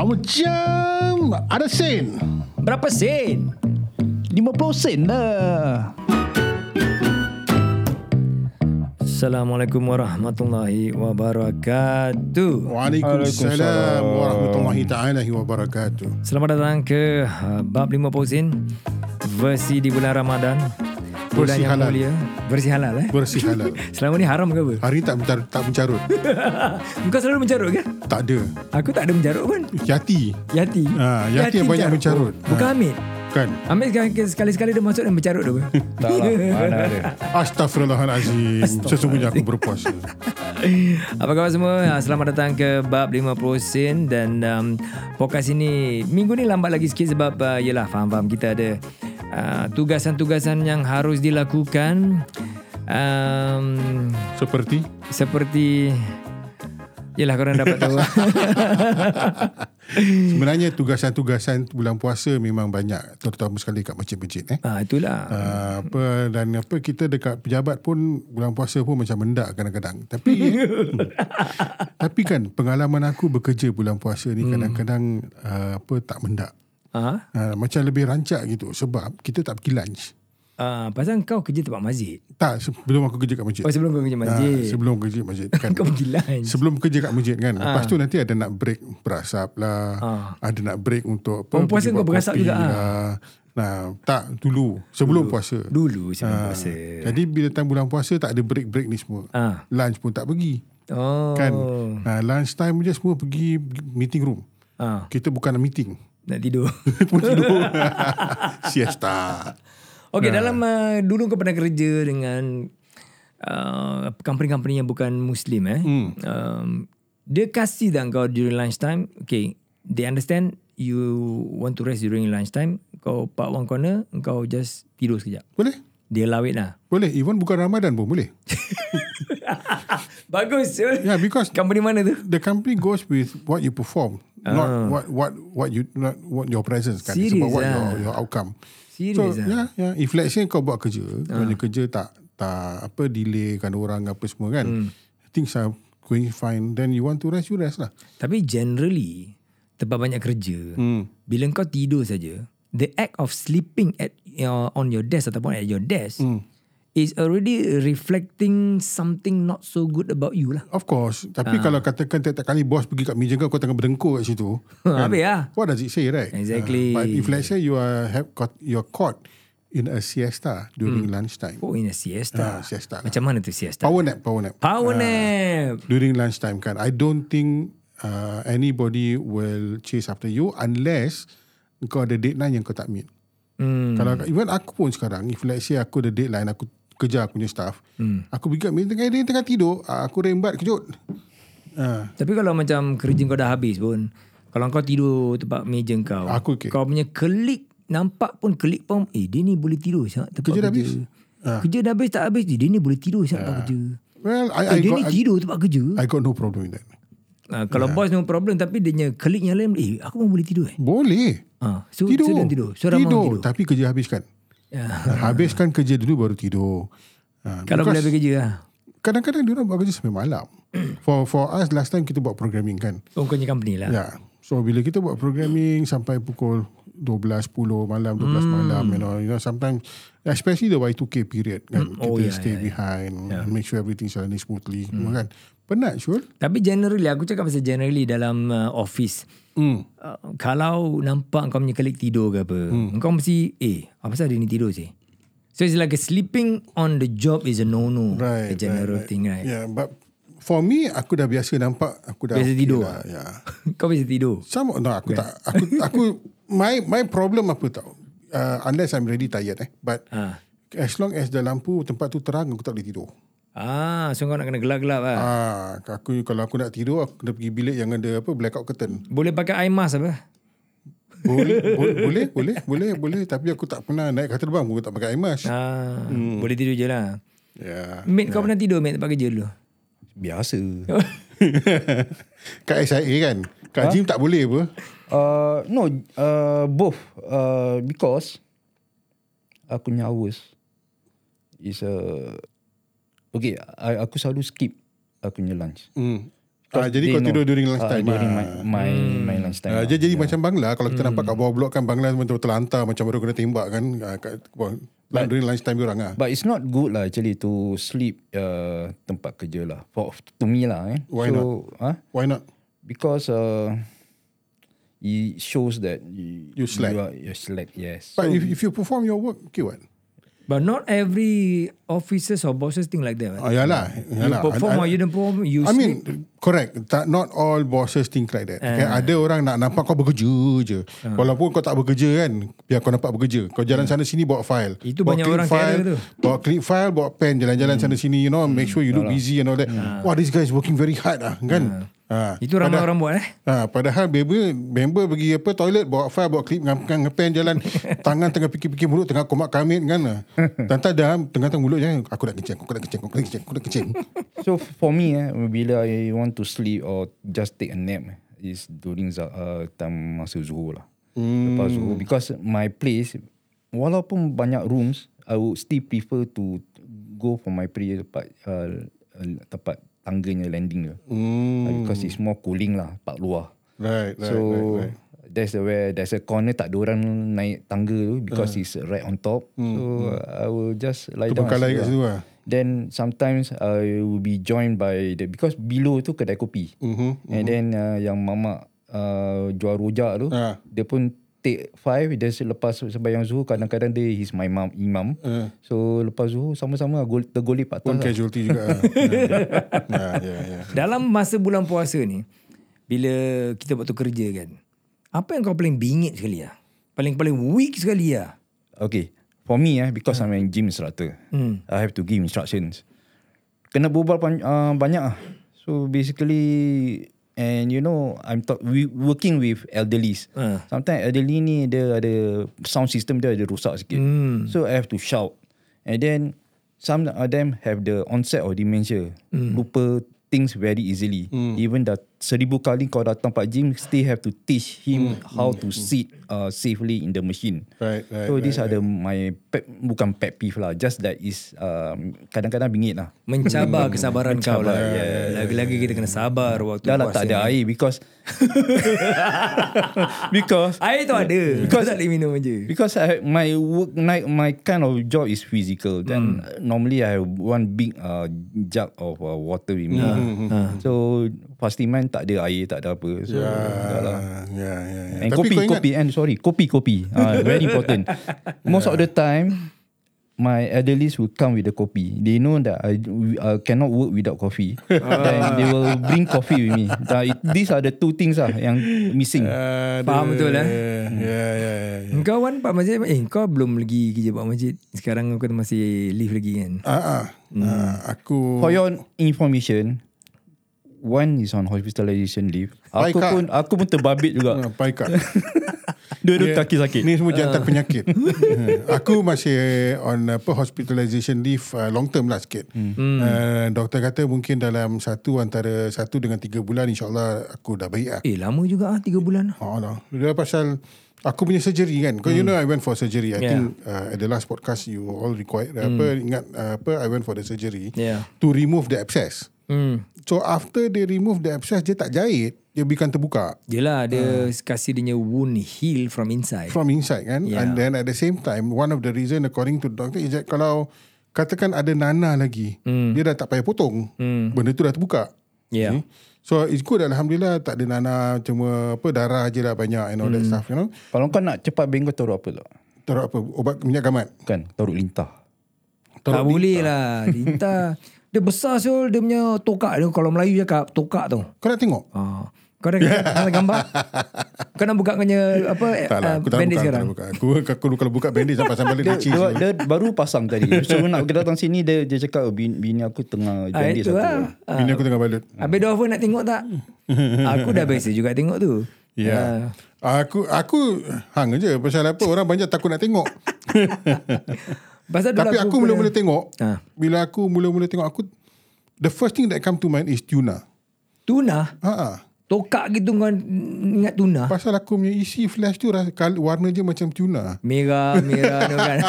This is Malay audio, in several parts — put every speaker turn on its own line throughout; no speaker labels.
macam ada sen.
Berapa sen? 50 sen lah.
Assalamualaikum warahmatullahi wabarakatuh.
Waalaikumsalam warahmatullahi taala wabarakatuh.
Selamat datang ke uh, Bab 50 Sen versi di bulan Ramadan.
Versi
Bulan yang
halal.
mulia. Versi halal eh.
Bersih halal.
Selama ni haram ke apa?
Hari ni tak mencar- tak mencarut.
Kau selalu mencarut ke?
tak ada.
Aku tak ada mencarut pun.
Yati.
Yati.
Ah, Yati yang banyak mencarut.
Bukan
Ah.
Amir.
Kan.
Amir sekali- sekali-sekali dia masuk dan mencarut dia. apa?
Tak lah, mana ada.
Astaghfirullahalazim. Sesungguhnya aku berpuasa.
Apa khabar semua? Ha, Selamat datang ke Bab 50 Sen dan um, podcast ini minggu ni lambat lagi sikit sebab uh, yelah faham-faham kita ada uh, tugasan-tugasan yang harus dilakukan um,
Seperti
seperti yelah korang dapat tahu
sebenarnya tugasan-tugasan bulan puasa memang banyak terutama sekali kat masjid-masjid eh.
ha, itulah
Uh, apa dan apa kita dekat pejabat pun bulan puasa pun macam mendak kadang-kadang tapi Hmm. tapi kan pengalaman aku bekerja bulan puasa
Hmm.
ni kadang-kadang uh, apa tak mendak
ha?
uh, macam lebih rancak gitu sebab kita tak pergi lunch
Uh, pasal kau kerja tempat masjid
tak sebelum aku kerja kat masjid
Oh sebelum kau kerja
Ah,
masjid
sebelum kerja masjid kan
Kau Ah. pergi lunch
sebelum kerja kat masjid kan lepas tu nanti ada nak break berasap lah
Ah.
ada nak break untuk apa
Orang puasa
pergi
kau
buat
berasap
kopi
juga, ah.
lah. nah tak dulu sebelum puasa
Dulu sebelum uh. puasa
Ah. Jadi bila time bulan puasa tak ada break-break ni semua.
Ah.
Lunch pun tak pergi.
Oh
Kan? Ha, lunch time je semua pergi meeting room.
Ah.
Kita bukan nak meeting.
Nak tidur
Pun tidur. Siesta.
Okey, dalam uh, dulu kau pernah kerja dengan uh, company-company yang bukan Muslim eh. Hmm. Um, dia kasih tak kau during lunchtime, okay, they understand you want to rest during lunchtime, kau park one corner, kau just tidur sekejap.
Boleh?
Dia lawit lah.
Boleh. Even bukan Ramadan pun boleh.
Bagus.
Yeah, because
Company mana tu?
the company goes with what you perform. Not what what what you not what your presence kan.
Ah. Serious
Sebab what
ah.
your, your outcome.
Serious
so,
ah.
yeah, yeah. If let's say kau buat kerja, kau punya kerja tak tak apa delaykan orang apa semua kan.
Hmm.
Things are going fine. Then you want to rest, you rest lah.
Tapi generally, tempat banyak kerja, hmm. bila kau tidur saja, the act of sleeping at your, on your desk ataupun at your desk hmm. is already reflecting something not so good about you lah.
Of course. Tapi kalau katakan tiap-tiap kali bos pergi kat meja kau, kau tengah berdengkur kat situ.
Ha, habis lah.
What does it say, right?
Exactly.
Uh, but if let's say you are have caught, you're caught in a siesta during lunchtime.
Oh, in a siesta.
Ah, siesta lah.
Macam mana tu siesta?
Power nap, power nap.
Power nap.
during lunchtime kan. I don't think uh, anybody will chase after you unless kau ada deadline yang kau tak meet. Hmm. Kalau even aku pun sekarang, if let's say aku ada deadline, aku kejar aku punya staff, hmm. aku pergi kat meeting, tengah dia tengah tidur, ah, aku rembat kejut. Uh,
Tapi kalau macam kerja kau dah habis pun, kalau kau tidur tempat meja kau,
Aku okey.
kau punya klik, nampak pun klik pun, eh dia ni boleh tidur sangat tempat
Kerja dah habis? Ah.
Kerja dah habis tak habis, eh, dia ni boleh tidur sangat tempat kerja.
well,
Eh,
I, I,
dia
got,
ni
I,
tidur tempat kerja.
I got no problem with that.
Ah, kalau
Ya.
bos no problem tapi dia punya colleague yang lain, eh aku pun boleh tidur eh.
Boleh.
Ah, so,
tidur.
So dia tidur. So ramai
tidur.
orang tidur.
Tapi kerja habiskan.
Ya.
Ah, habiskan kerja dulu baru tidur. Ah,
Kalau boleh
because-
habis kerja lah.
kadang-kadang dia orang buat kerja sampai malam. for for us last time kita buat programming kan.
Oh kau punya company lah.
Ya. Yeah. So bila kita buat programming sampai pukul 12 10 malam 12 hmm. malam you know, you know sometimes especially the Y2K period kan hmm.
Oh,
kita
yeah,
stay
yeah,
behind yeah. make sure everything's running smoothly hmm. kan. Penat sure.
Tapi generally aku cakap pasal generally dalam uh, office.
Hmm.
Uh, kalau nampak kau punya colleague tidur ke apa, kau mesti eh apa pasal dia ni tidur sih? So it's like a sleeping on the job is a no-no.
Right,
a general thing right.
Yeah, Ya, but for me aku dah biasa nampak aku dah
Biasa tidur
Lah, yeah.
kau bisa tidur.
Sama no, aku tak aku aku my my problem apa tau? Uh, unless I'm really tired eh. But
Ah.
as long as the lampu tempat tu terang aku tak boleh tidur.
Ah, so kau nak kena gelap-gelap lah.
Ah, aku kalau aku nak tidur aku kena pergi bilik yang ada apa blackout curtain.
Boleh pakai eye mask apa?
Boleh bo- boleh boleh boleh boleh tapi aku tak pernah naik kapal terbang aku tak pakai air mask.
Ah,
Hmm.
boleh tidur je lah.
Ya.
Mate kau pernah tidur mate tempat kerja dulu?
Biasa.
Kat SIA kan. Kat gym tak boleh apa.
Uh, no, uh, both. Uh, because aku punya hours is a... Uh, okay, I, aku selalu skip aku punya lunch.
Hmm. Ah, jadi kau
they know.
tidur during lunchtime.
Uh, during
Ah.
my, my, my lunchtime.
Ah, dia jadi macam Bangla Kalau kita nampak kat bawah blok kan Bangla memang betul-betul hantar Macam baru kena tembak kan ah, kat, bawah- During lunchtime diorang lah
But it's not good lah actually to sleep uh, tempat kerja lah. For, to me lah. Eh.
Why
so, not? Huh?
Why not?
Because uh, it shows that you,
You slack.
You are, you're slack, yes.
But if, if you perform your work Okay what?
But not every officers or bosses think like that.
Ah, yalah,
You
yalah. I,
perform or you don't perform, you
I, I
sleep. Eh.
mean Correct tak, Not all bosses think like that okay? Ada orang nak nampak kau bekerja je Walaupun kau tak bekerja kan Biar kau nampak bekerja Kau jalan sana sini bawa file
Eh. Itu
bawa
banyak
clip
orang
file,
kira tu. Hmm.
Bawa clip file Bawa pen Jalan-jalan sana sini You know Make sure you look busy and all that Wah this guy is working very hard lah Kan Ah.
Hmm. Itu ramai orang buat eh.
Ha, padahal member, member pergi apa toilet bawa file bawa klip dengan ngepen jalan tangan tengah fikir-fikir mulut tengah komat kamit kan tanta dah tengah-tengah mulut jangan aku nak kencing aku nak kencing aku nak kencing aku nak kencing
So for me, eh, bila I want to sleep or just take a nap, eh, is during za- uh, time masa zuhur lah. Mm. Lepas zuhur. Because my place, walaupun banyak rooms, I would still prefer to go for my prayer tempat, uh, uh, tempat tangganya landing lah. Mm. Uh, because it's more cooling lah, part luar.
right right
so, right, right. There's a where there's a corner tak ada orang naik tangga tu because uh. it's right on top.
Hmm,
Mm. So uh, I will just lie down.
Terbengkalai
and
kat
sleep
situ
lah.
lah.
Then sometimes I will be joined by the because below tu kedai kopi.
Mhm,
And then uh, yang mamak uh, jual rojak tu
Ah.
dia pun take five dia selepas sembahyang zuhur kadang-kadang dia he's my mom, imam.
Ah.
So lepas zuhur sama-sama gol tergolip kat
pun
atas. lah.
casualty juga ah. ya ya ya
Dalam masa bulan puasa ni, bila kita waktu kerja kan, apa yang kau paling bingit sekali lah? Paling-paling weak sekali lah?
Okay. For me eh, because I'm a gym instructor, I have to give instructions. Kena berbual pan, uh, banyak ah. So basically, and you know, I'm talk, we working with elderlies.
Ah.
Sometimes elderly ni dia ada sound system dia ada rusak sikit. Mm. So I have to shout. And then some of them have the onset of dementia. Mm. Lupa things very easily.
Hmm.
Mm. Even dah seribu kali kau datang pak gym, still have to teach him mm. how to sit uh, safely in the machine.
Hmm. Right, right,
so these are the my pet, bukan pet peeve lah. Just that is um, kadang-kadang bingit lah.
Mencabar kesabaran kau lah. Lagi-lagi kita kena sabar waktu
Dah
puasa.
lah tak ada air because because
Air tu ada. Kau tak boleh minum je.
Because I, my work night, my kind of job is physical. Then
Hmm.
uh, normally I have one big uh, jug of uh, water with me.
Hmm,
So fasting man tak ada air, tak ada apa. So dah lah.
ya ya ya.
And kopi, kopi, and sorry, kopi, kopi. Uh, very important. Most of the time, my elderlies will come with the kopi. They know that I uh, cannot work without coffee.
Ah.
Then they will bring coffee with me. Uh, it, these are the two things ah yang missing.
Uh,
Faham betul lah.
ya ya ya
Kau kan Pak Masjid Eh kau belum lagi kerja Pak Masjid Sekarang kau masih leave lagi kan
ah ah Ah, aku
For your information, one is on hospitalization leave.
Baik,
Aku
Kak.
pun aku pun terbabit juga.
Ah, Baik kak Ya.
Dua-dua kaki sakit.
Ni semua jantan penyakit. Hmm. aku masih on apa hospitalization leave uh, long term lah sikit. Uh, doktor kata mungkin dalam satu antara satu dengan tiga bulan insyaAllah aku dah baik lah.
Eh lama juga ah 3 bulan
Ha lah. Dia pasal aku punya surgery kan. Kau you know I went for surgery. I
Hmm. Yeah. Hmm.
think uh, at the last podcast you all required uh, apa ingat uh, apa I went for the surgery
Yeah.
to remove the abscess.
Hmm
So after they remove the abscess dia tak jahit, dia bikin terbuka.
Yelah dia Kasih dia punya wound heal from inside
from inside kan yeah.
Yeah.
and then at the same time one of the reason according to doctor is that kalau katakan ada nana lagi mm. dia dah tak payah potong mm. benda tu dah terbuka
Hmm. Yeah
Okay. so it's good alhamdulillah tak ada nana cuma apa darah je lah banyak and all
Hmm.
mm. that stuff you know
Kalau kau nak cepat beng kau taruh apa tak?
taruh apa ubat minyak gamat
Kan taruh lintah.
Tak boleh lah Linta Dia besar sul Dia punya tokak dia Kalau Melayu cakap Tokak tu
kau nak tengok
ah. Kau dah kena gambar Kau nak buka punya Apa
tak lah
eh,
aku tak nak buka, aku
bandage
tak
sekarang
nak buka. Aku, aku, aku kalau buka bandage sampai sampai
Dia,
leceh
dia, dia baru pasang tadi. So nak kita datang sini dia dia cakap "Oh, bini, bini aku tengah
Ah,
jandis
itu lah
satu.
bini aku tengah balut
Habis dia offer nak tengok tak Aku dah biasa juga tengok tu Ah.
Ya. Yeah. Aku aku hang je pasal apa orang banyak takut nak tengok.
Pasal dulu
Tapi aku mula-mula
pernah-
tengok
Ah.
Bila aku mula-mula tengok aku The first thing that come to mind is tuna
Tuna
ha
Tokak gitu kau ingat tuna
Pasal aku punya isi flash tu ras- kal- Warna je macam tuna
Merah Merah tu kan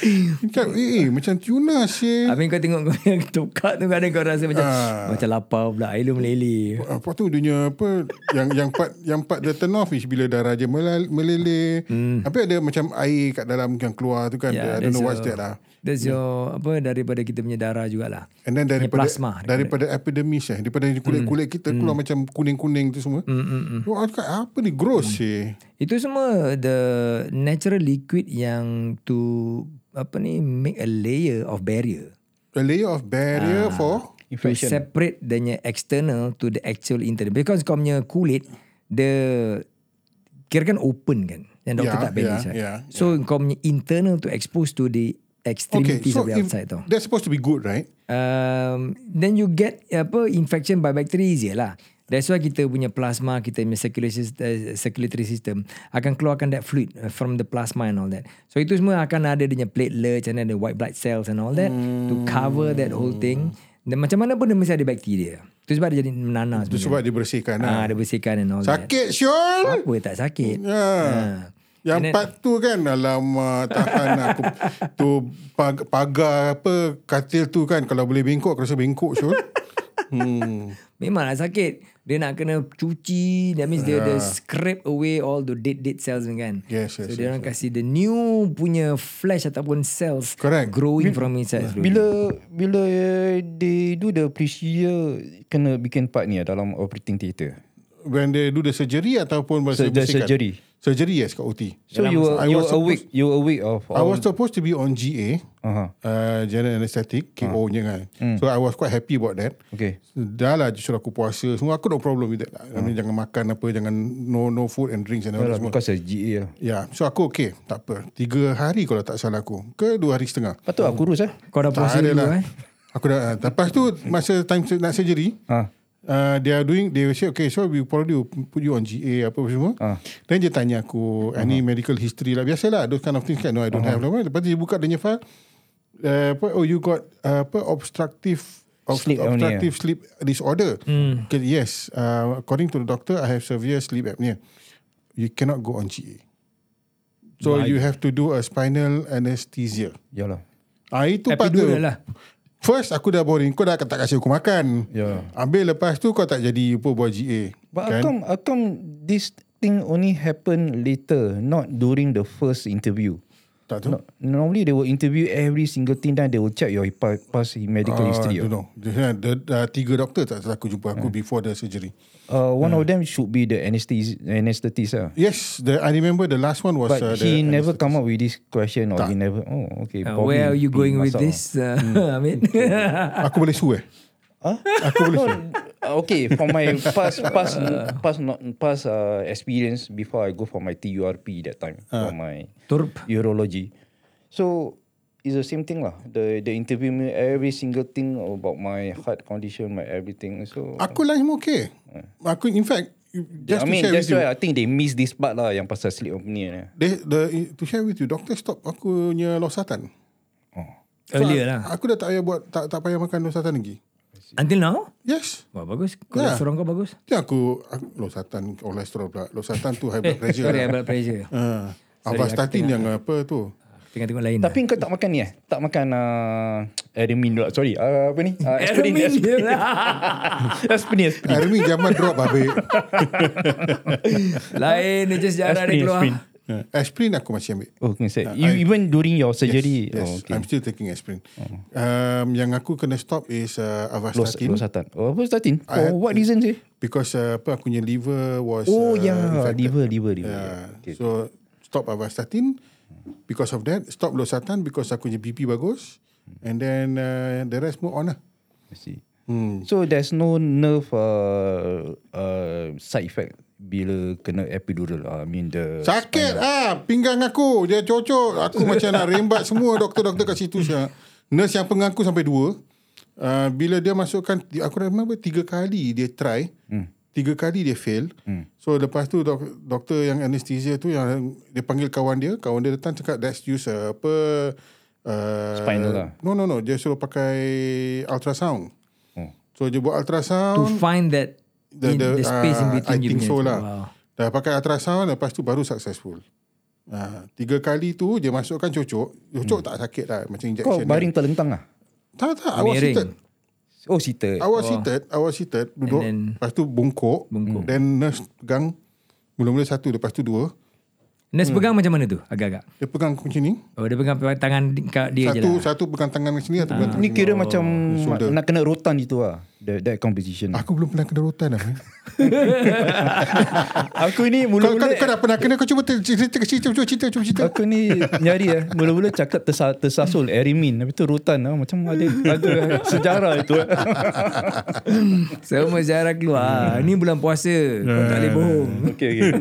Cakap, eh, eh, macam tuna sih.
Habis kau tengok kau yang tokak tu kadang kau rasa macam
Ah.
macam lapar pula. Hello meleleh.
Apa tu dunia apa yang yang part yang part the turn off is bila darah je melal- meleleh. Hmm. Tapi ada macam air kat dalam yang keluar tu kan.
Ya,
Yeah, I don't know what's that lah.
That's your apa daripada kita punya darah jugalah.
And then daripada
plasma, Hmm.
daripada epidemis eh, daripada kulit-kulit kita keluar macam kuning-kuning tu semua. Hmm, hmm, apa ni gross eh?
Hmm.
sih.
Itu semua the natural liquid yang to apa ni make a layer of barrier.
A layer of
Ah.
barrier for
Infection. To separate the external to the actual internal. Because kau punya kulit, the kira kan open kan. Yang doktor
Yeah,
tak bandage
yeah,
right?
yeah,
So kau punya internal to expose to the
Okay,
extremities
so
of the
if
outside tau.
that's supposed to be good, right?
um, then you get apa infection by bacteria je lah. That's why kita punya plasma, kita punya circulation, uh, circulatory system akan keluarkan that fluid uh, from the plasma and all that. So itu semua akan ada dia punya platelets and then the white blood cells and all that to cover that whole thing. Dan macam mana pun dia mesti ada bakteria. Itu sebab dia jadi menana
Itu
sebenarnya.
sebab dibersihkan lah.
Ah, dia bersihkan and all that.
Sakit Syul.
Apa tak sakit?
Ya.
Ha.
Yang part tu kan Alamak Tahan aku Tu pag- pagar apa Katil tu kan Kalau boleh bengkok Aku rasa bengkok Syul hmm.
Memanglah lah sakit. Dia nak kena cuci. That means yeah. dia, dia scrape away all the dead-dead cells ni kan.
Ah. Yes,
so,
yes,
dia orang kasi the new punya flesh ataupun cells
Correct. Ah.
growing from inside. slowly.
Bila bila uh, they do the procedure kena bikin part ni ah, dalam operating theatre.
When they do the surgery Ataupun masa
Sur- the
bersihkan?
surgery.
Surgery yes kat OT
So you were
I
you
was
were awake you were awake of
I
all,
was supposed to be on GA
uh-huh.
uh, General Anesthetic
Hmm.
KO nya kan So I was quite happy about that
Okay.
Dah lah Suruh aku puasa Semua aku no problem with that lah. I mean, Jangan makan apa Jangan no no food and drinks and all that
Hmm. Yalah,
semua
because of GA lah.
Ya, so aku okey, tak apa. Tiga hari kalau tak salah aku. Ke dua hari setengah.
Patut aku urus eh.
Kau dah
Tak
puasa
ada
dulu
lah.
eh.
Aku dah, lepas tu masa time se- nak surgery,
Ha.
uh, they are doing, they will say, okay, so we probably will put you on GA apa semua.
Ah.
Then dia tanya aku, any medical history lah. Biasalah, those kind of things kan. No, I don't have. Lah. Lepas tu dia buka dia punya file. Uh, apa, oh, you got uh, apa obstructive obst-
Sleep apnea.
obstructive sleep disorder. Okay, yes, uh, according to the doctor, I have severe sleep apnea. You cannot go on GA. So you have to do a spinal anesthesia.
Yalah.
Ah itu part tu.
Epidural lah.
First aku dah boring Kau dah tak kasi aku makan
Ya.
Ambil lepas tu Kau tak jadi apa Buat GA
But how come how come this thing only happen later not during the first interview?
Tak tu
No, normally they will interview every single thing then they will check your pa- past medical
Ah,
history.
tu no. Dia- dia- dia- Tiga doktor tak salah aku jumpa
Eh.
aku Before the surgery
Uh, one of
Hmm.
them should be the anesthes- anesthetist. Ah.
Yes the, I remember the last one was
But
uh,
he
the,
never come up with this question or he never. Oh, okay.
Uh,
probably
where are you
he
going with
masak lah.
this? Uh,
Hmm.
Amin.
Aku boleh sue eh
Huh?
Aku boleh
No,
sue
uh, okay, from my past past past not past uh, experience before I go for my TURP that time
Uh.
for my
Turp.
urology. So it's the same thing lah. The the interview me every single thing about my heart condition, my everything. So
Aku lah semua okay Aku in fact Just
I mean,
to share
that's
with you
why I think they miss this part lah yang pasal sleep apnea. ni.
they, the, To share with you Doktor stop aku punya losatan
Earlier lah.
Ah.
Aku dah tak payah buat Tak, tak payah makan losatan lagi
Until now?
Yes
Wah bagus. Kau
Yeah.
yeah. kau bagus.
Itu aku, aku Losatan Kolesterol pula Losatan tu high blood pressure
Sorry, blood pressure.
Uh, Avastatin yang apa tu
Tengah tengok lain. lah.
Tapi kau tak makan ni eh? Tak makan uh, Aramin pula. Sorry. Uh, apa ni? Uh, aspirin.
Amin.
Aspirin. Aspirin.
Hari ni Jamal drop habis
lain dia just jarang dia keluar.
aspirin.
Uh, Aspirin aku masih ambil
Oh, kena set. You, even during your surgery.
Yes,
oh, okay. Oh.
I'm still taking aspirin um, Yang aku kena stop is uh,
Los,
Avastatin
losatan. Oh, apa statin? For
had-
what reason sih?
Because uh, apa aku punya liver was uh,
Oh, ya. Yeah.
infected.
Liver, liver, liver.
Uh,
Yeah. Okay.
So stop Avastatin Because of that Stop Losatan Because aku punya BP bagus And then uh, The rest move on lah
I see. So, there's no nerve uh, uh, side effect bila kena epidural. uh, I mean, the...
Sakit ah pinggang aku. Dia cocok. Aku macam nak rembat semua doktor-doktor kat situ. Syah. Nurse yang pengaku sampai dua. Uh, bila dia masukkan, aku remember tiga kali dia try. Hmm. Tiga kali dia fail. Hmm. So lepas tu dok, doktor yang anesthesia tu yang dia panggil kawan dia. Kawan dia datang cakap that's use uh, apa... Uh,
Spinal lah.
No, no, no. Dia suruh pakai ultrasound.
Oh.
So dia buat
To
ultrasound
find that
the,
in
the,
the, space in
ah, I
between you
think
punya
so
tu.
lah
Wow.
dah pakai ultrasound lepas tu baru successful Ha, tiga kali tu dia masukkan cocok. Cocok hmm. tak sakit lah macam
Kau
injection.
baring terlentang lah.
Tak tak awak
Miring.
seated.
Oh, seated.
Awak seated, awak seated duduk.
And then-
Then, lepas tu bungkuk, bungkuk. Then nurse pegang mula-mula satu lepas tu dua. Hmm.
Nurse pegang macam mana tu? Agak-agak.
Dia pegang macam ni.
Oh, dia pegang tangan di- kat dia je
satu
lah.
satu pegang tangan kat sini satu pegang tangan
Ni kira macam
shoulder.
nak kena rotan gitu lah. That, that composition.
Aku belum pernah kena rotan lah.
Aku ni
kau, kau,
mula-mula...
kau dah pernah kena kau cuba ter- cerita cerita cuba cerita cuba cerita.
Aku ni nyari eh. Mula-mula cakap tersa, tersasul Erimin. Habis tu rotan lah. Macam ada, ada sejarah itu. eh.
Semua sejarah
Hmm.
keluar. Ah, Ni bulan puasa. Kau tak boleh bohong.
okay, okay.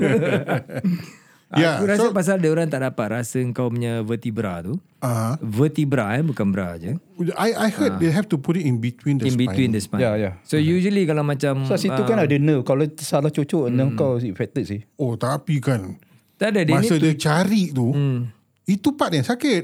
Ya,
Aku rasa
so-
pasal dia orang tak dapat rasa kau punya vertebra tu.
Ah,
Vertebra eh, bukan bra je.
I I heard they have to put it in between the
In
spine.
between the spine.
Ya, ya.
So usually kalau macam... Ah,
So, situ kan ada nerve. Kalau salah cocok, nerve kau affected sih.
Oh tapi kan
Tak ada. Dia
masa
ni, Hmm.
dia cari tu itu part yang sakit.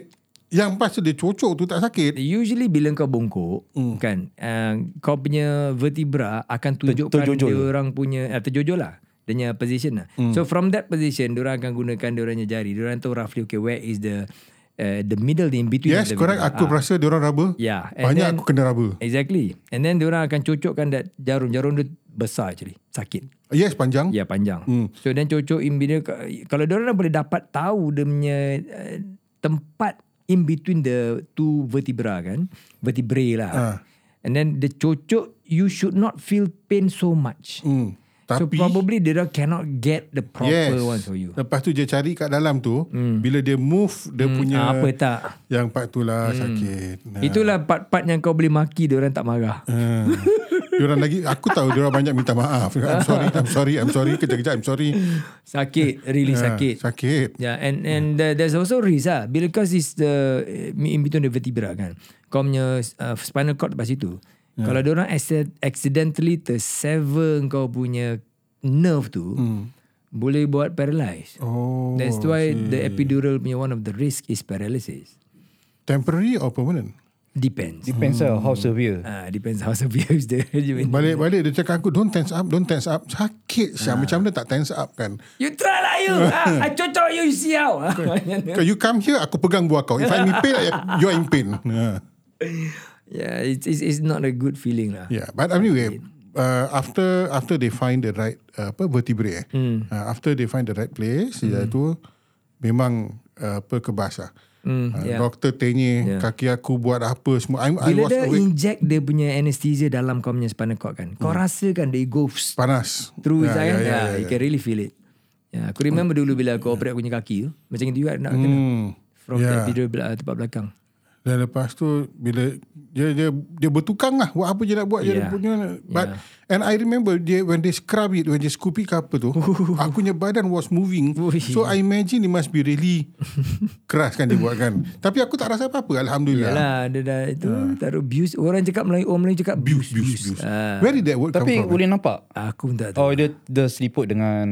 Yang pas dia cocok tu tak sakit.
usually bila kau bongkok,
Hmm.
kan, uh, kau punya vertebra akan tunjukkan
terjojol.
dia orang punya... Uh, terjojol lah. Dia punya position lah.
Hmm.
So from that position, dia orang akan gunakan dia orangnya jari. Dia orang tahu roughly, okay, where is the... Uh, the middle in between
Yes,
of the
correct.
vertebra.
Aku rasa dia orang raba.
Ah. Yeah, Ya, and
Banyak
then-
aku kena raba.
Exactly. And then diorang akan cocokkan that jarum. Jarum dia besar actually. Sakit.
Yes, panjang.
Ya yeah, panjang.
Hmm.
Mm. So then cocok in bila kalau diorang dah boleh dapat tahu dia punya uh, tempat in between the two vertebra kan. Vertebrae lah.
Ah.
Uh. And then the cocok you should not feel pain so much. Mm.
Hmm.
So
Tapi
probably they don't- cannot get the proper
yes.
one for you. Hmm.
Lepas tu dia cari kat dalam tu, bila dia move dia punya
Ah, apa Hmm. tak?
yang part tu lah sakit. Nah.
Itulah part-part yang kau boleh maki diorang tak marah.
Ah. Diorang lagi Aku tahu Diorang banyak minta maaf I'm sorry I'm sorry I'm sorry Kejap-kejap I'm sorry
Sakit, really sakit.
Ah, Sakit
Yeah, and and uh, there's also risk lah. Bila kau is the eh, in between the vertebra kan. Kau punya uh, spinal cord lepas situ. Yeah. Kalau diorang acci- accidentally tersever kau punya nerve tu, boleh buat paralyzed.
Oh
That's why the epidural punya one of the risk is paralysis.
Temporary or permanent
Depends.
Depends lah how severe.
Ah, depends how severe is the you
Balik-balik dia cakap aku Don't tense up Don't tense up Sakit
Ah.
Syah Macam mana tak tense up kan
try lah you. ah, I cocok you, you see how. Ya.
Kau Kan, you come here Aku pegang buah kau If I'm in pain I- You are in pain Ah.
yeah, it's, it's, it's not a good feeling lah.
Yeah But anyway Uh, after after they find the right uh, apa vertebrae eh.
Hmm.
Mm. Uh, after they find the right place mm. iaitu memang uh, apa kebas lah. Mm, uh,
yeah.
Doktor tanya yeah. kaki aku buat apa semua. I'm, I
ya. Bila
was
dia
awake.
inject dia punya anesthesia dalam kau punya spinal cord kan. Kau rasakan dia goes
panas.
through yeah, kan. Yeah,
Hmm. ya, ya,
you
ya.
can really feel it. Yeah, aku remember dulu bila aku operate aku punya kaki tu. Macam itu juga nak kena.
Hmm.
From
Yeah.
yeah. that video bela- tempat belakang.
Dan lepas tu bila dia dia dia bertukang lah buat apa je nak buat yeah. dia
Yeah.
punya
Ya.
but yeah. and I remember dia when they scrub it when they scoop it ke apa tu aku punya badan was moving
Ui.
so I imagine it must be really keras kan dia buat kan tapi aku tak rasa apa-apa alhamdulillah
Yalah, Lah, dia dah itu taruh views. Orang cakap Melayu, orang Melayu cakap
Ya. Abuse,
views.
abuse,
views.
abuse. Where did that word
Tapi
come from?
boleh nampak.
Aku pun tak tahu.
Oh, dia, dia seliput dengan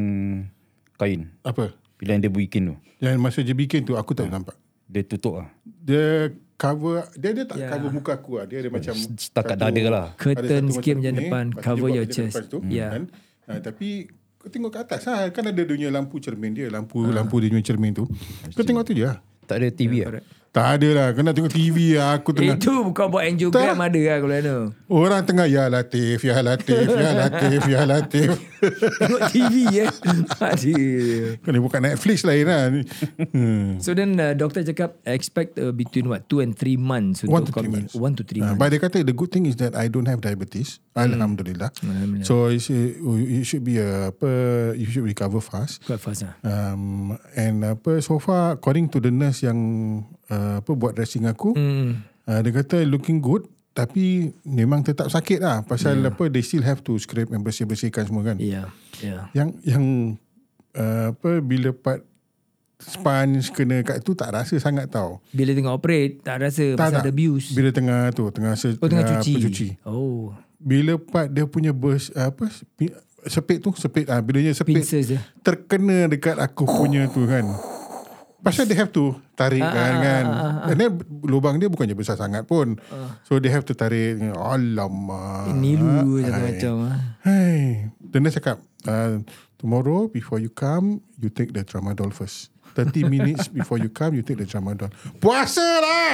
kain.
Apa?
Bila dia buikin tu.
Yang masa dia bikin tu aku tak nampak.
Dia tutup lah.
Dia cover dia dia tak yeah. cover muka aku lah. Dia ada macam
Setakat dada lah.
Ya.
ada
Curtain
satu
sikit
macam
macam
ni,
depan.
lepas tu
Cover
dia
your
buat macam
chest. Ya.
depan tu,
Yeah.
Kan? Ha, tapi kau tengok ke atas lah. Kan ada dunia lampu cermin dia. Lampu
Ah.
lampu dia punya cermin tu. Kau tengok tu je lah.
Tak ada TV lah.
Tak ada lah. Kau nak tengok TV lah. Aku tengah.
Itu kau Eh, buat angiogram ada lah kalau ada.
Orang tengah. Ya Latif. Ya Latif. Ya Latif. Ya Latif.
Tengok TV ya. Aduh.
Kau ni bukan Netflix lain lah. ni. Hmm.
So then uh, doktor cakap expect uh, between what two and three months
One
untuk
to
kau
three
punya-
months.
One to three
Uh,
months.
but dia kata the good thing is that I don't have diabetes.
Hmm.
Alhamdulillah. So it should, it should be a, apa, you should recover fast.
Quite fast lah.
Um, and apa so far according to the nurse yang uh, apa buat dressing aku,
Hmm,
mm. uh, dia kata looking good tapi memang tetap sakit lah pasal
Ya.
yeah. apa they still have to scrape and bersih-bersihkan semua kan.
Yeah, yeah.
Yang yang uh, apa bila part sponge kena kat tu tak rasa sangat tau.
Bila tengah operate tak rasa
Tak,
pasal
tak.
abuse.
Bila tengah tu tengah se,
Oh tengah cuci.
apa, cuci.
Oh,
Bila part dia punya bers apa sepi- sepit tu sepit ah bilanya sepit
pincers dia.
terkena dekat aku punya tu kan. Pasal they have to tarik
Ah,
kan kan. And then lubang dia bukannya besar sangat pun.
Ah.
So they have to tarik. Alamak.
Nilu uh, macam
"Ah,
ah.
Hai. The nurse cakap, uh, tomorrow before you come, you take the tramadol first. 30 minutes before you come, you take the tramadol. Puasa lah!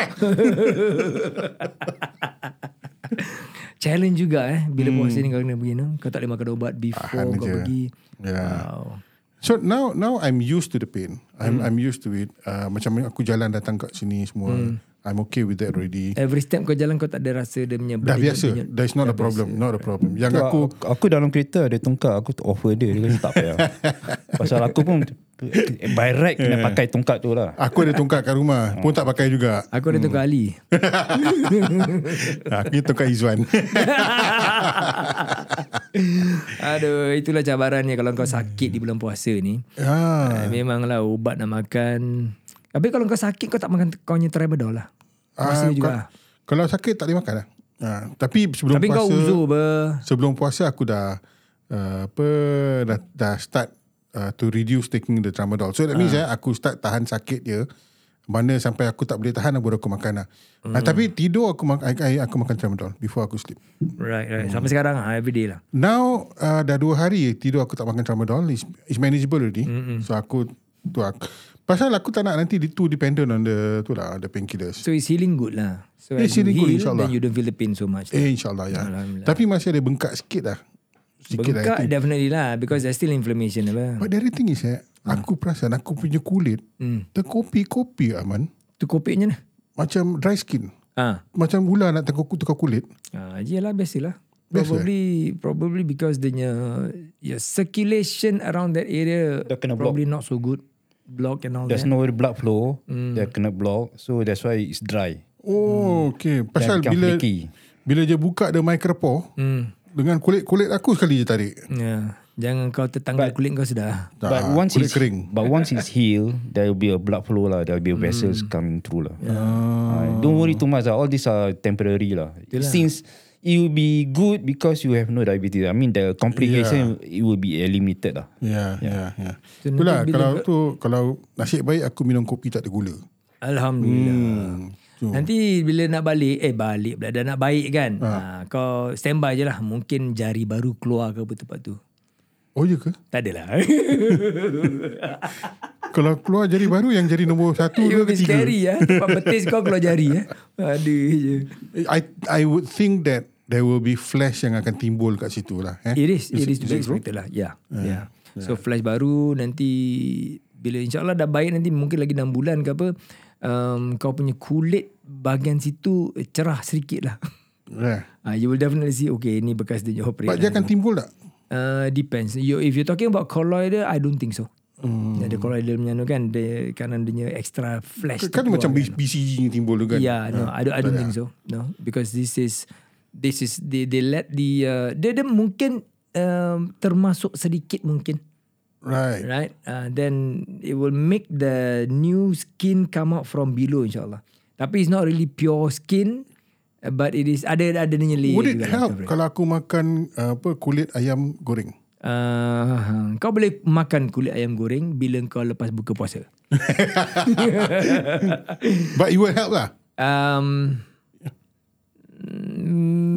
Challenge juga eh Bila puasa ni kau kena pergi no? Kau tak boleh makan ubat Before
Hmm. Tahan
kau
je. Ya.
pergi
Yeah.
Wow
So now now I'm used to the pain. I'm I'm used to it. Uh, macam aku jalan datang kat sini semua.
Hmm.
I'm okay with that already.
Every step kau jalan Kau tak ada rasa Dia punya
Dah
berdenyut-
biasa.
denyut.
That is not a problem. Not a problem. Yang
Tu,
aku
aku, aku dalam kereta ada tongkat aku tu offer dia dia kata tak payah pasal aku pun eh, by right kena pakai tongkat tu lah
aku ada tongkat kat rumah
Hmm.
pun tak pakai juga.
Aku ada tukar Ali
Aku ni tongkat Izwan.
Aduh Itulah cabarannya Kalau kau sakit di bulan puasa ni
ah,
uh. Memanglah ubat nak makan Tapi kalau kau sakit Kau tak makan Kau punya tramadol lah Puasa
ah,
juga lah.
ka- Kalau sakit tak boleh makan lah. Ah, tapi sebelum
Tapi
puasa
kau uzur ber
sebelum puasa aku dah uh, apa dah, dah start uh, to reduce taking the tramadol. So that means uh. eh,
Ah.
aku start tahan sakit dia mana sampai aku tak boleh tahan baru aku makan lah. Mm.
Hmm.
Uh, tapi tidur aku mak- I, I, aku makan tramadol before aku sleep.
Right, right. Sampai sekarang ah, everyday lah.
Now uh, dah dua hari tidur aku tak makan tramadol is is manageable already. Mm-mm. So aku tu aku pasal aku tak nak nanti di- too dependent on the tu lah the painkillers.
So it's healing good lah. So
It's
as
Eh,
you
healing good,
heal,
insyaAllah.
Then you don't feel the pain so much.
Eh insyaallah ya.
Alhamdulillah.
Tapi masih ada bengkak sikit lah. Sikit lah. I
Bengkak
think.
definitely lah because there's still inflammation apa.
But the other thing is eh,
Hmm.
aku perasan aku punya kulit mm. terkopi-kopi aman.
Tu kopiknya lah.
Macam dry skin.
Ah,
Macam ular nak tekuk tukar kulit.
ah yelah biasalah.
eh?
Probably probably because the your circulation around that area
Dah kena block.
probably not so good. Block and all
there's
that.
no blood flow dia kena block so that's why it's dry
Hmm.
Oh, okay. Pasal
Dia become
bila
flaky.
bila dia buka dia micropore,
Hmm.
mm. dengan kulit-kulit aku sekali je tarik.
Yeah. Jangan kau tertanggal kulit kau sudah.
but
Ah,
once
kulit
it's
kering.
but once it's healed there will be a blood flow lah there will be vessels coming through lah Ah, don't worry too much lah. all these are temporary lah since it will be good because you have no diabetes I mean the complication it will be eliminated lah
Ya, ya, ya.
So,
Itulah
nanti bila
kalau tu kalau nasib baik aku minum kopi tak ada gula.
Alhamdulillah.
Hmm.
Hmm. Nanti bila nak balik, eh balik pula dah nak baik kan. Ha. kau standby je lah. Mungkin jari baru keluar ke apa tempat tu.
Oh ya ke?
Tak adalah.
kalau keluar jari baru yang jari nombor satu ke
It will be
ketiga?
scary ya. Tempat betis kau keluar jari ya. Ada je.
I I would think that there will be flash yang akan timbul kat situ lah. Eh?
It is, it is, to be expected lah. Yeah. yeah. So flash baru nanti bila insyaAllah dah baik nanti mungkin lagi 6 bulan ke apa. Um, kau punya kulit bahagian situ eh, cerah sedikit lah.
Yeah.
Uh, you will definitely see okay ini bekas dia punya operate.
But dia akan timbul tak?
Uh, depends. You, if you're talking about colloidal, I don't think so. Hmm. Ada colloidal punya tu kan, dia, kanan dia punya extra flash.
Kan
tu
macam
keluar
B- BCG yang timbul tu kan?
Yeah, no, I don't, I don't think so. No, because this is this is they they let the uh, dia dia mungkin um, termasuk sedikit mungkin,
Right.
right? Uh, then it will make the new skin come out from below insyaallah. Tapi it's not really pure skin, uh, but it is ada ada dia punya layer
Would it
juga lah
help
covering.
kalau aku makan uh, apa kulit ayam goreng?
Uh, kau boleh makan kulit ayam goreng bila kau lepas buka puasa.
But it will help lah.
Um,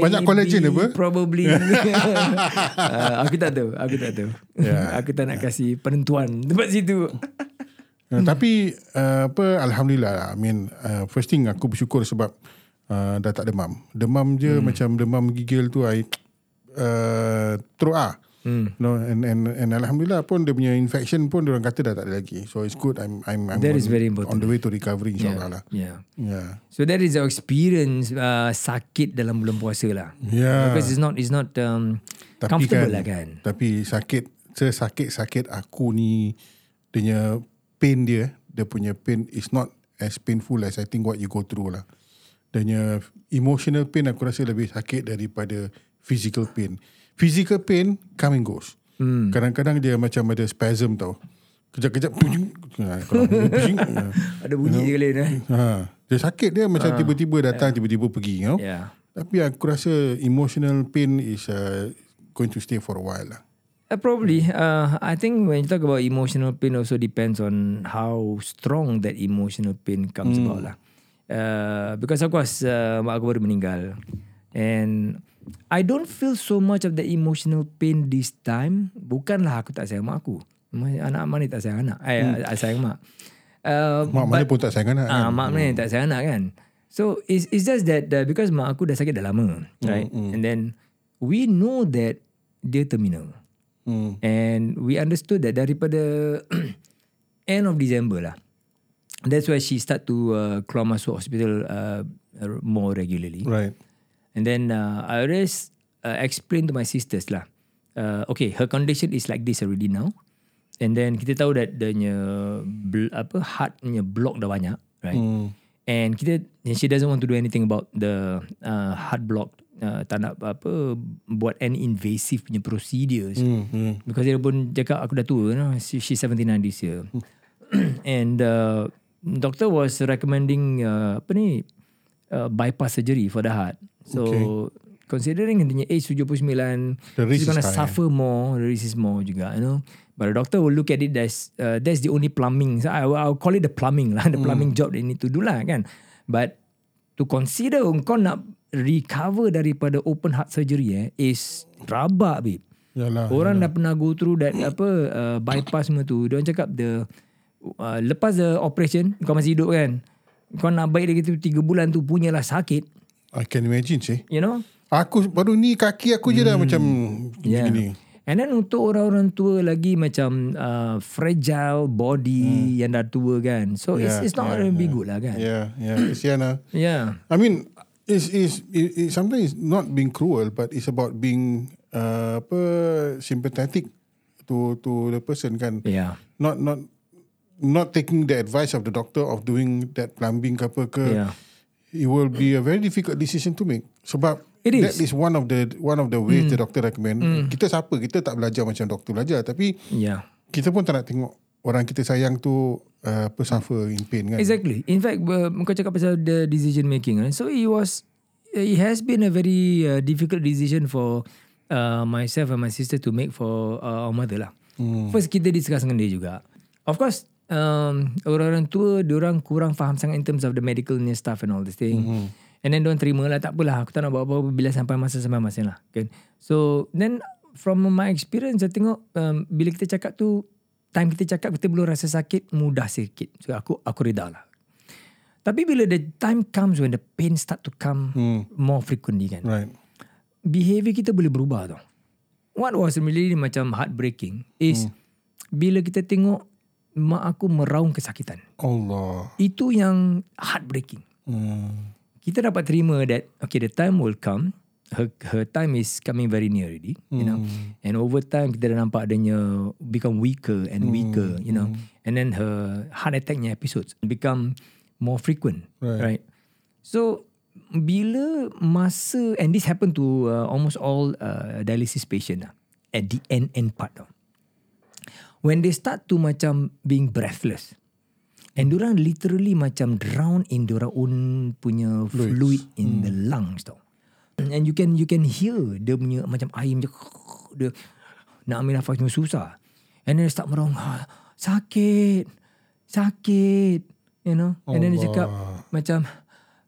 Banyak collagen apa?
Probably. uh, aku tak tahu. Aku tak tahu. Yeah. aku tak nak kasih penentuan tempat situ.
Uh,
Hmm.
Tapi uh, apa alhamdulillah lah. I mean uh, first thing aku bersyukur sebab uh, dah tak demam. Demam je hmm. macam demam gigil tu I uh, teruk ah. Hmm. No, and, and and alhamdulillah pun dia punya infection pun orang kata dah tak ada lagi. So it's good. I'm I'm, I'm on,
That is very important.
on the way to recovery insyaallah lah.
yeah.
Yeah.
So that is our experience uh, sakit dalam bulan puasa lah.
Yeah.
Because it's not it's not um, comfortable lah kan.
Tapi sakit sesakit-sakit aku ni dia punya pain dia, dia punya pain is not as painful as I think what you go through lah. Dia punya emotional pain aku rasa lebih sakit daripada physical pain. Physical pain come and goes. Hmm. Kadang-kadang dia macam ada spasm tau. Kejap-kejap pujung, ah, kalau pujung, ah.
Ada bunyi je lain eh.
ha. Dia sakit dia macam
Ah.
tiba-tiba datang, tiba-tiba pergi. You know?
Yeah.
Tapi aku rasa emotional pain is uh, going to stay for a while lah.
Uh, probably. Uh, I think when you talk about emotional pain, also depends on how strong that emotional pain comes
Hmm.
about lah. Uh, because of course, uh, mak aku baru meninggal, and I don't feel so much of the emotional pain this time. Bukanlah aku tak sayang mak aku. Ma- Anak mana tak sayang anak. Eh, hmm. sayang mak. Uh,
Mak mana pun tak sayang anak kan.
Ah, mak mana yang tak sayang anak kan. So it's, it's just that uh, because mak aku dah sakit dah lama,
Hmm,
right? And then we know that dia terminal.
Hmm.
And we understood that daripada end of December lah. That's why she start to uh, keluar masuk hospital uh, more regularly.
Right.
And then uh, I always uh, explain to my sisters lah. Uh, okay, her condition is like this already now. And then kita tahu that dia punya bl- apa heart punya block dah banyak, right?
Hmm.
Mm. And kita and she doesn't want to do anything about the uh, heart block. Uh, tak nak apa buat any invasive punya procedures.
Hmm.
Mm, mm. Because dia pun cakap aku dah tua, you know? she, she's 79 this year. and uh, doctor was recommending uh, apa ni uh, bypass surgery for the heart. So okay. considering dia punya age 79,
The risk
she's gonna
is high,
suffer more, the risk is more juga, you know. But the doctor will look at it as uh, that's the only plumbing. So I, will- I'll call it the plumbing lah, the
Hmm.
plumbing job they need to do lah kan. But to consider kau nak recover daripada open heart surgery eh is rabak babe.
Yalah.
Orang dah pernah go through that apa uh, bypass semua tu. Dia orang cakap the uh, lepas the operation kau masih hidup kan. Kau nak baik lagi tu 3 bulan tu punyalah sakit,
I can imagine sih.
you know.
Aku baru ni kaki aku je dah macam
Hmm. Yeah.
gini.
And then untuk orang-orang tua lagi macam uh, fragile body yang dah tua kan. So yeah,
Yeah,
it's it's not yeah,
yeah,
going to be good lah kan. Yeah.
Yeah, yeah. Kesian lah.
yeah.
I mean, it's, it's, it, it, sometimes it's not being cruel, but it's about being uh, apa sympathetic to to the person kan.
Yeah.
Not not not taking the advice of the doctor of doing that plumbing ke apa ke.
Yeah.
It will be a very difficult decision to make sebab
It Hmm.
that is one of the one of the ways the doctor recommend. Kita siapa kita tak belajar macam doktor belajar tapi
Yeah.
kita pun tak nak tengok orang kita sayang tu uh, apa suffer in pain kan.
Exactly. In fact, uh, kau cakap pasal the decision making. Right? So it was, it has been a very uh, difficult decision for uh, myself and my sister to make for uh, our mother lah. Mm. First kita discuss dengan dia juga. Of course, um, orang-orang tua diorang kurang faham sangat in terms of the medical punya stuff and all this thing. Mm-hmm. And then diorang terima lah, tak apalah. Aku tak nak buat apa-apa bila sampai masa sampai masa lah. Kan? So then from my experience, saya tengok um, bila kita cakap tu, time kita cakap kita belum rasa sakit mudah sikit so aku aku reda lah tapi bila the time comes when the pain start to come hmm. more frequently kan
Right.
behavior kita boleh berubah tau what was really macam heartbreaking is hmm. bila kita tengok mak aku meraung kesakitan
Allah.
itu yang heartbreaking
Hmm.
kita dapat terima that okay the time will come her her time is coming very near already you know and over time kita dah nampak dia punya become weaker and weaker you know and then her heart attack punya episodes become more frequent right, right? so bila masa and this happen to uh, almost all uh, dialysis patient lah, at the end end part tau when they start to macam being breathless and diorang literally macam drown in diorang own punya fluid, fluid in the lungs tau and you can you can hear dia punya macam air macam dia nak ambil nafas cuma susah and then dia start meraung "Ah, sakit sakit you know and then dia cakap macam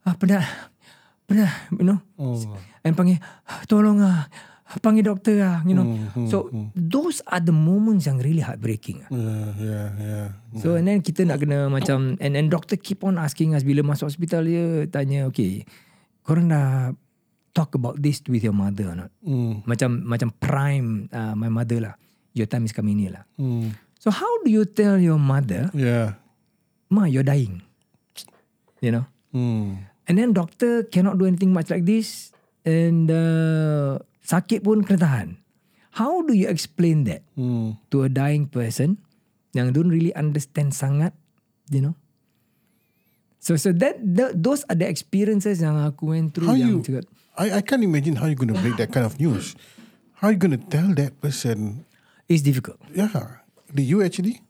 ah penat penat you know
Allah.
And panggil Tolong ah Panggil doktor ah You know So Those are the moments Yang really heartbreaking ah.
Yeah, yeah, yeah.
So and then kita nak kena macam And then doktor keep on asking us Bila masuk hospital dia Tanya okay Korang dah Talk about this with your mother or not
Hmm.
Macam Macam prime uh, My mother lah Your time is coming near lah
Hmm.
So how do you tell your mother
Yeah.
Ma you're dying You know
Hmm.
And then doctor cannot do anything much like this. And uh, sakit pun kena tahan. How do you explain that
Hmm.
to a dying person yang don't really understand sangat, you know? So so that, that those are the experiences yang aku went through
How you?
yang cakap,
I I can't imagine how you going to break that kind of news. How you going to tell that person?
it's difficult.
Yeah. Did you actually?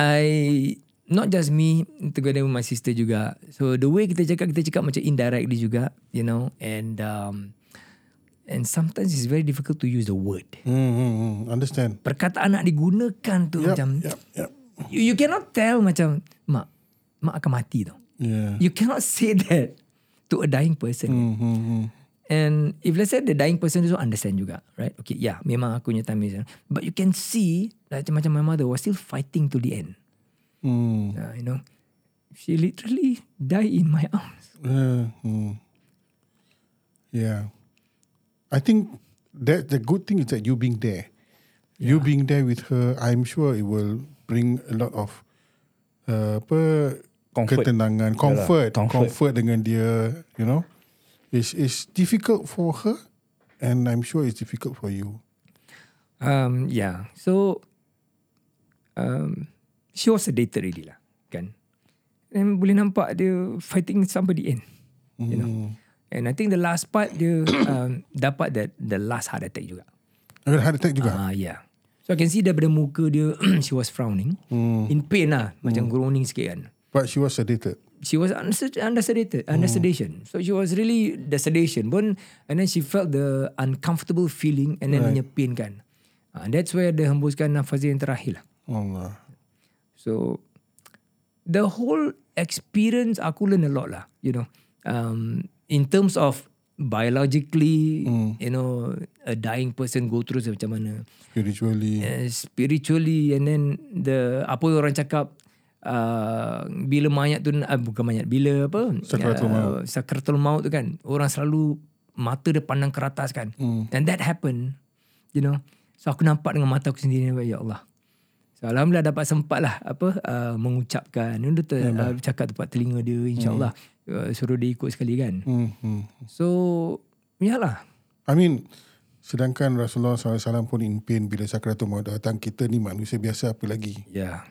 I not just me together with my sister juga. So the way kita cakap kita cakap macam indirectly juga, you know, and um, and sometimes it's very difficult to use the word.
Hmm. hmm, hmm. Understand.
perkataan nak digunakan tu
Yep.
yep, macam
Yep. Yep.
you, you cannot tell macam mak mak akan mati tau
Yeah.
you cannot say that to a dying person
Hmm. Hmm. hmm.
And if let's say the dying person also understand juga, right? Okay, yeah, memang aku punya time is, but you can see like, macam my mother was still fighting to the end.
Hmm.
Uh, you know, she literally died in my arms.
Yeah. Hmm. Yeah. I think that the good thing is that you being there. You being there with her, I'm sure it will bring a lot of uh, apa
Comfort.
ketenangan, comfort,
comfort.
comfort dengan dia, you know. It's it's difficult for her and I'm sure it's difficult for you.
Um, yeah. So, um, she was sedated really lah, kan? And boleh nampak dia fighting sampai the end, you know. And I think the last part dia um, dapat that the last heart attack juga.
I had heart attack juga.
Ah, yeah. So I can see daripada muka dia, she was frowning. In pain lah. Macam groaning sikit kan.
But she was sedated.
She was under, under sedated, under sedation. So she was really the sedation pun. And then she felt the uncomfortable feeling and then punya pain kan. Ah, that's where dia hembuskan nafas dia yang terakhir lah.
Allah.
So the whole experience aku learn a lot lah, you know. Um, in terms of biologically, you know, a dying person go through macam mana.
Spiritually.
Uh, spiritually and then the apa orang cakap uh, bila mayat tu uh, bukan mayat bila apa
Sakaratul maut.
uh, sakratul maut tu kan orang selalu mata dia pandang ke atas kan mm. and that happen you know so aku nampak dengan mata aku sendiri ya Allah so alhamdulillah dapat sempat lah apa uh, mengucapkan dia ter, uh, cakap tempat telinga dia insyaallah mm. uh, suruh dia ikut sekali kan mm.
Mm-hmm.
so yalah
I mean sedangkan Rasulullah SAW pun in pain bila sakratul maut datang kita ni manusia biasa apa lagi
Yeah.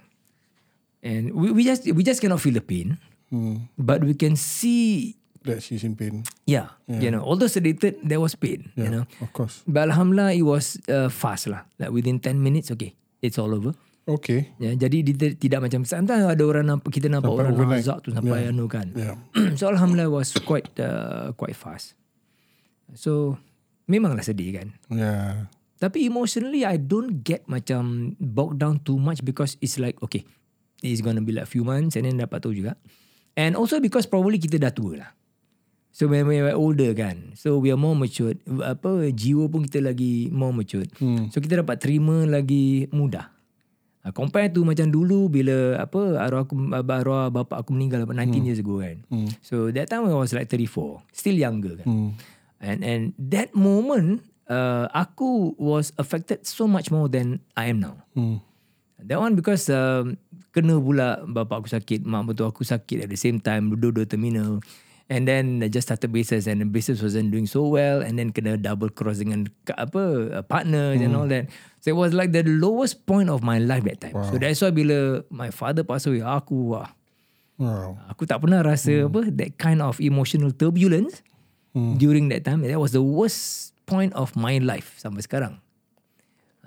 And we, we just we just cannot feel the pain,
hmm,
but we can see.
that she's in pain
Yeah, you know, although sedated, there was pain. You know,
of course
but alhamdulillah, it was uh, fast lah. Like within 10 minutes, okay, it's all over.
okay
Ya, jadi dia tidak- tidak macam sometimes ada orang nampak kita nampak
Sampai
orang
overnight.
azab tu sampai anu kan.
yeah
so alhamdulillah was quite uh, quite fast. So memanglah sedih kan.
yeah
Tapi emotionally I don't get macam bogged down too much because it's like okay it's gonna be like few months and then dapat tahu juga. And also because probably kita dah tua lah. So when we are older kan. So we are more matured. Apa jiwa pun kita lagi more matured. Hmm. So kita dapat terima lagi mudah. Uh, compare tu macam dulu bila apa arwah aku arwah bapak aku meninggal about 19 hmm. years ago kan. Hmm. So that time I was like 34, still younger kan. Hmm. And and that moment uh, aku was affected so much more than I am now.
hmm.
That one because um, kena pula bapak aku sakit, mak mertua aku sakit at the same time, dua-dua terminal. And then I just started business and the business wasn't doing so well and then kena double cross dengan ka- apa uh, partners and all that. So it was like the lowest point of my life that time. So that's why bila my father pass away, aku wah,
wow
aku tak pernah rasa apa that kind of emotional turbulence during that time. That was the worst point of my life sampai sekarang.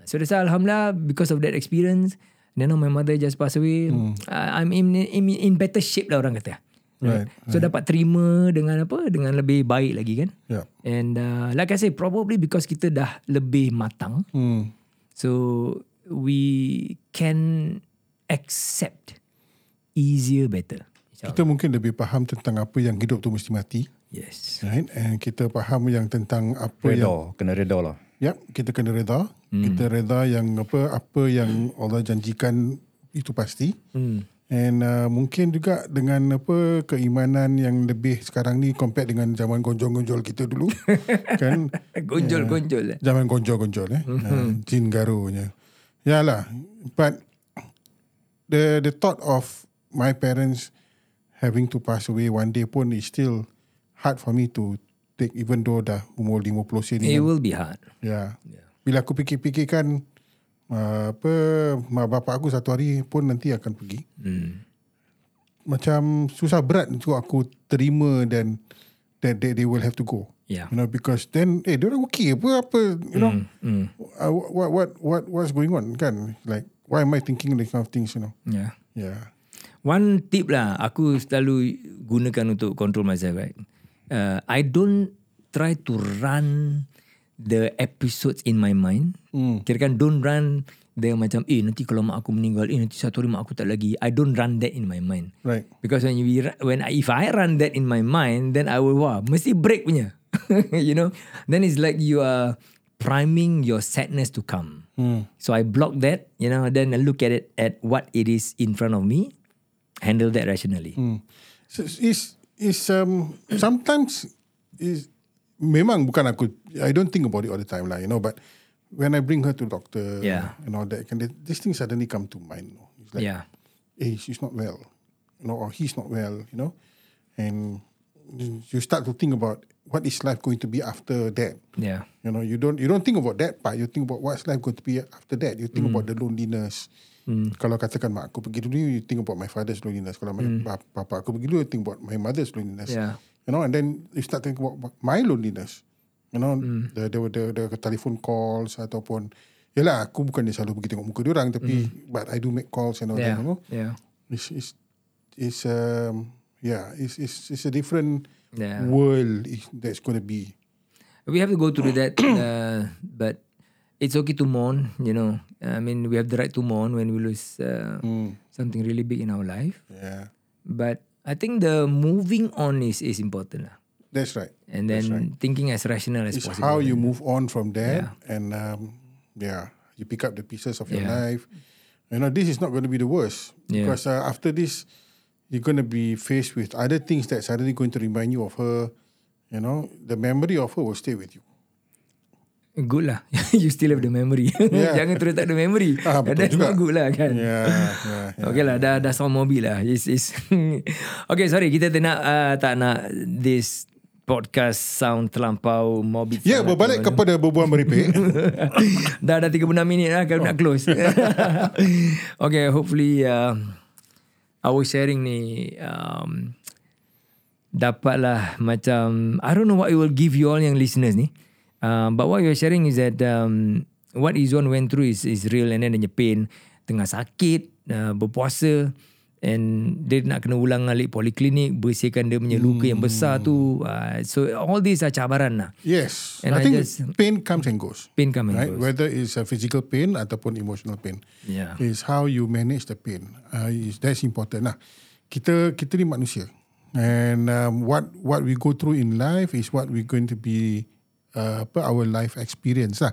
So that's why Alhamdulillah because of that experience then now my mother just passed away. I, I'm in, in in better shape lah orang kata.
Right,
So dapat terima dengan apa dengan lebih baik lagi kan.
yeah
And uh, like I say probably because kita dah lebih matang.
hmm.
So we can accept easier better.
kita mungkin lebih faham tentang apa yang hidup tu mesti mati
Yes.
right and kita faham yang tentang apa yang
Reda, kena reda lah.
Yap, kita kena reda. Hmm. Kita reda yang apa apa yang Allah janjikan itu pasti. Hmm. And uh, mungkin juga dengan apa keimanan yang lebih sekarang ni compare dengan zaman gonjol-gonjol kita dulu. kan?
Eh, Gonjol-gonjol lah.
Zaman gonjol-gonjol eh. Mm-hmm. Uh, jin garunya. Yalah. But the the thought of my parents having to pass away one day pun is still hard for me to take even though dah umur 50 sen ni.
It will be hard.
Ya. Bila aku fikir-fikirkan uh, apa mak bapak aku satu hari pun nanti akan pergi. Hmm. Macam susah berat untuk aku terima dan that they, they will have to go.
Yeah.
You know because then eh dia orang okay apa apa you know
Mm.
uh, what what what what's going on kan like why am I thinking these kind of things you know.
Yeah.
Yeah.
Ya. One tip lah aku selalu gunakan untuk control myself right. Uh, I don't try to run the episodes in my mind. Mm. Kira kan don't run the macam eh nanti kalau mak aku meninggal eh nanti satu hari mak aku tak lagi. I don't run that in my mind.
Right.
Because when you when I, if I run that in my mind then I will wah mesti break punya. you know, then it's like you are priming your sadness to come. So I block that, you know, then I look at it at what it is in front of me, handle that rationally.
Hmm. So is is um sometimes is memang bukan aku I don't think about it all the time lah you know but when I bring her to doctor
Yeah.
and all that can these things suddenly come to mind you know. it's like
Yeah.
hey she's not well you know or he's not well you know and you you start to think about what is life going to be after that
Yeah.
you know you don't you don't think about that part you think about what's life going to be after that you
Hmm.
think about the loneliness kalau katakan mak aku pergi dulu you think about my father's loneliness kalau my bap- papa aku pergi dulu you think about my mother's loneliness
Hmm. Yeah.
you know and then you start thinking about my loneliness you know
Hmm.
the, the the the telephone calls ataupun yalah aku bukan selalu pergi tengok muka diorang tapi but I do make calls and all
Hmm. Yeah.
that you know
Yeah.
it's it's it's um yeah it's it's it's a different
Yeah.
world is- that's going to be
We have to go through that, uh, but it's okay to mourn. You know, I mean, we have the right to mourn when we lose uh, something really big in our life.
yeah
But I think the moving on is is important, lah.
that's right
and then thinking as rational as
it's
possible.
how you move on from that and um, yeah you pick up the pieces of your
Yeah.
life you know this is not going to be the worst
Yeah.
because uh, after this you're going to be faced with other things that suddenly going to remind you of her you know the memory of her will stay with you
Good lah. you still have the memory.
Yeah.
Jangan terus tak ada memory.
Ah, betul
That's
juga.
not good lah kan.
yeah, yeah, yeah.
Okay lah, dah, dah sound mobil lah. It's, it's okay, sorry. Kita tak nak, uh, tak nak this podcast sound terlampau mobil.
Ya, berbalik kepada berbual meripik.
dah, dah 36 minit lah kalau nak close. okay, hopefully uh, our sharing ni um, dapatlah macam, I don't know what it will give you all yang listeners ni. Um, but what you're sharing is that um, what Izzuan went through is, is real and then dia punya pain. Tengah sakit, uh, berpuasa and dia nak kena ulang alik poliklinik, bersihkan dia punya luka yang besar tu. Uh, so all these are cabaran lah.
yes.
And
I
I
think
just-
pain comes and goes.
Pain coming.
right? Whether it's a physical pain ataupun emotional pain.
Yeah.
It's how you manage the pain. Uh, is that's important lah. Kita kita ni manusia. And um, what what we go through in life is what we're going to be uh, apa our life experience lah.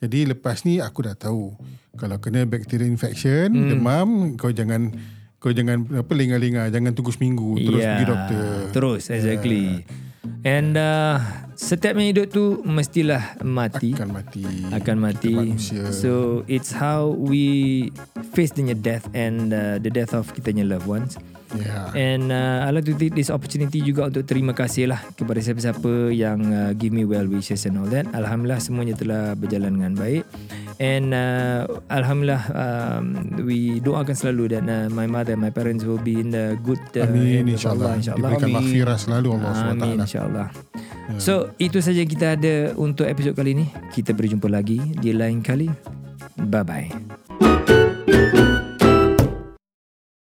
Jadi lepas ni aku dah tahu kalau kena bacteria infection,
Hmm.
demam, kau jangan kau jangan apa lenga-lenga, jangan tunggu seminggu terus pergi doktor.
Terus, exactly. And uh, setiap yang hidup tu mestilah mati.
Akan mati.
akan mati.
manusia.
So it's how we face the death and uh, the death of kita punya loved ones.
Yeah.
And uh, I like to take this opportunity juga untuk terima kasih lah kepada siapa-siapa yang uh, give me well wishes and all that. Alhamdulillah semuanya telah berjalan dengan baik. And uh, Alhamdulillah um, we doakan selalu that uh, my mother and my parents will be in the good uh,
Amin
hand of
insyaAllah.
Allah, insyaAllah.
Diberikan
Amin.
maghfirah selalu Allah SWT. lah.
Amin insyaAllah
Ya.
So itu saja kita ada untuk episod kali ini Kita berjumpa lagi di lain kali Bye-bye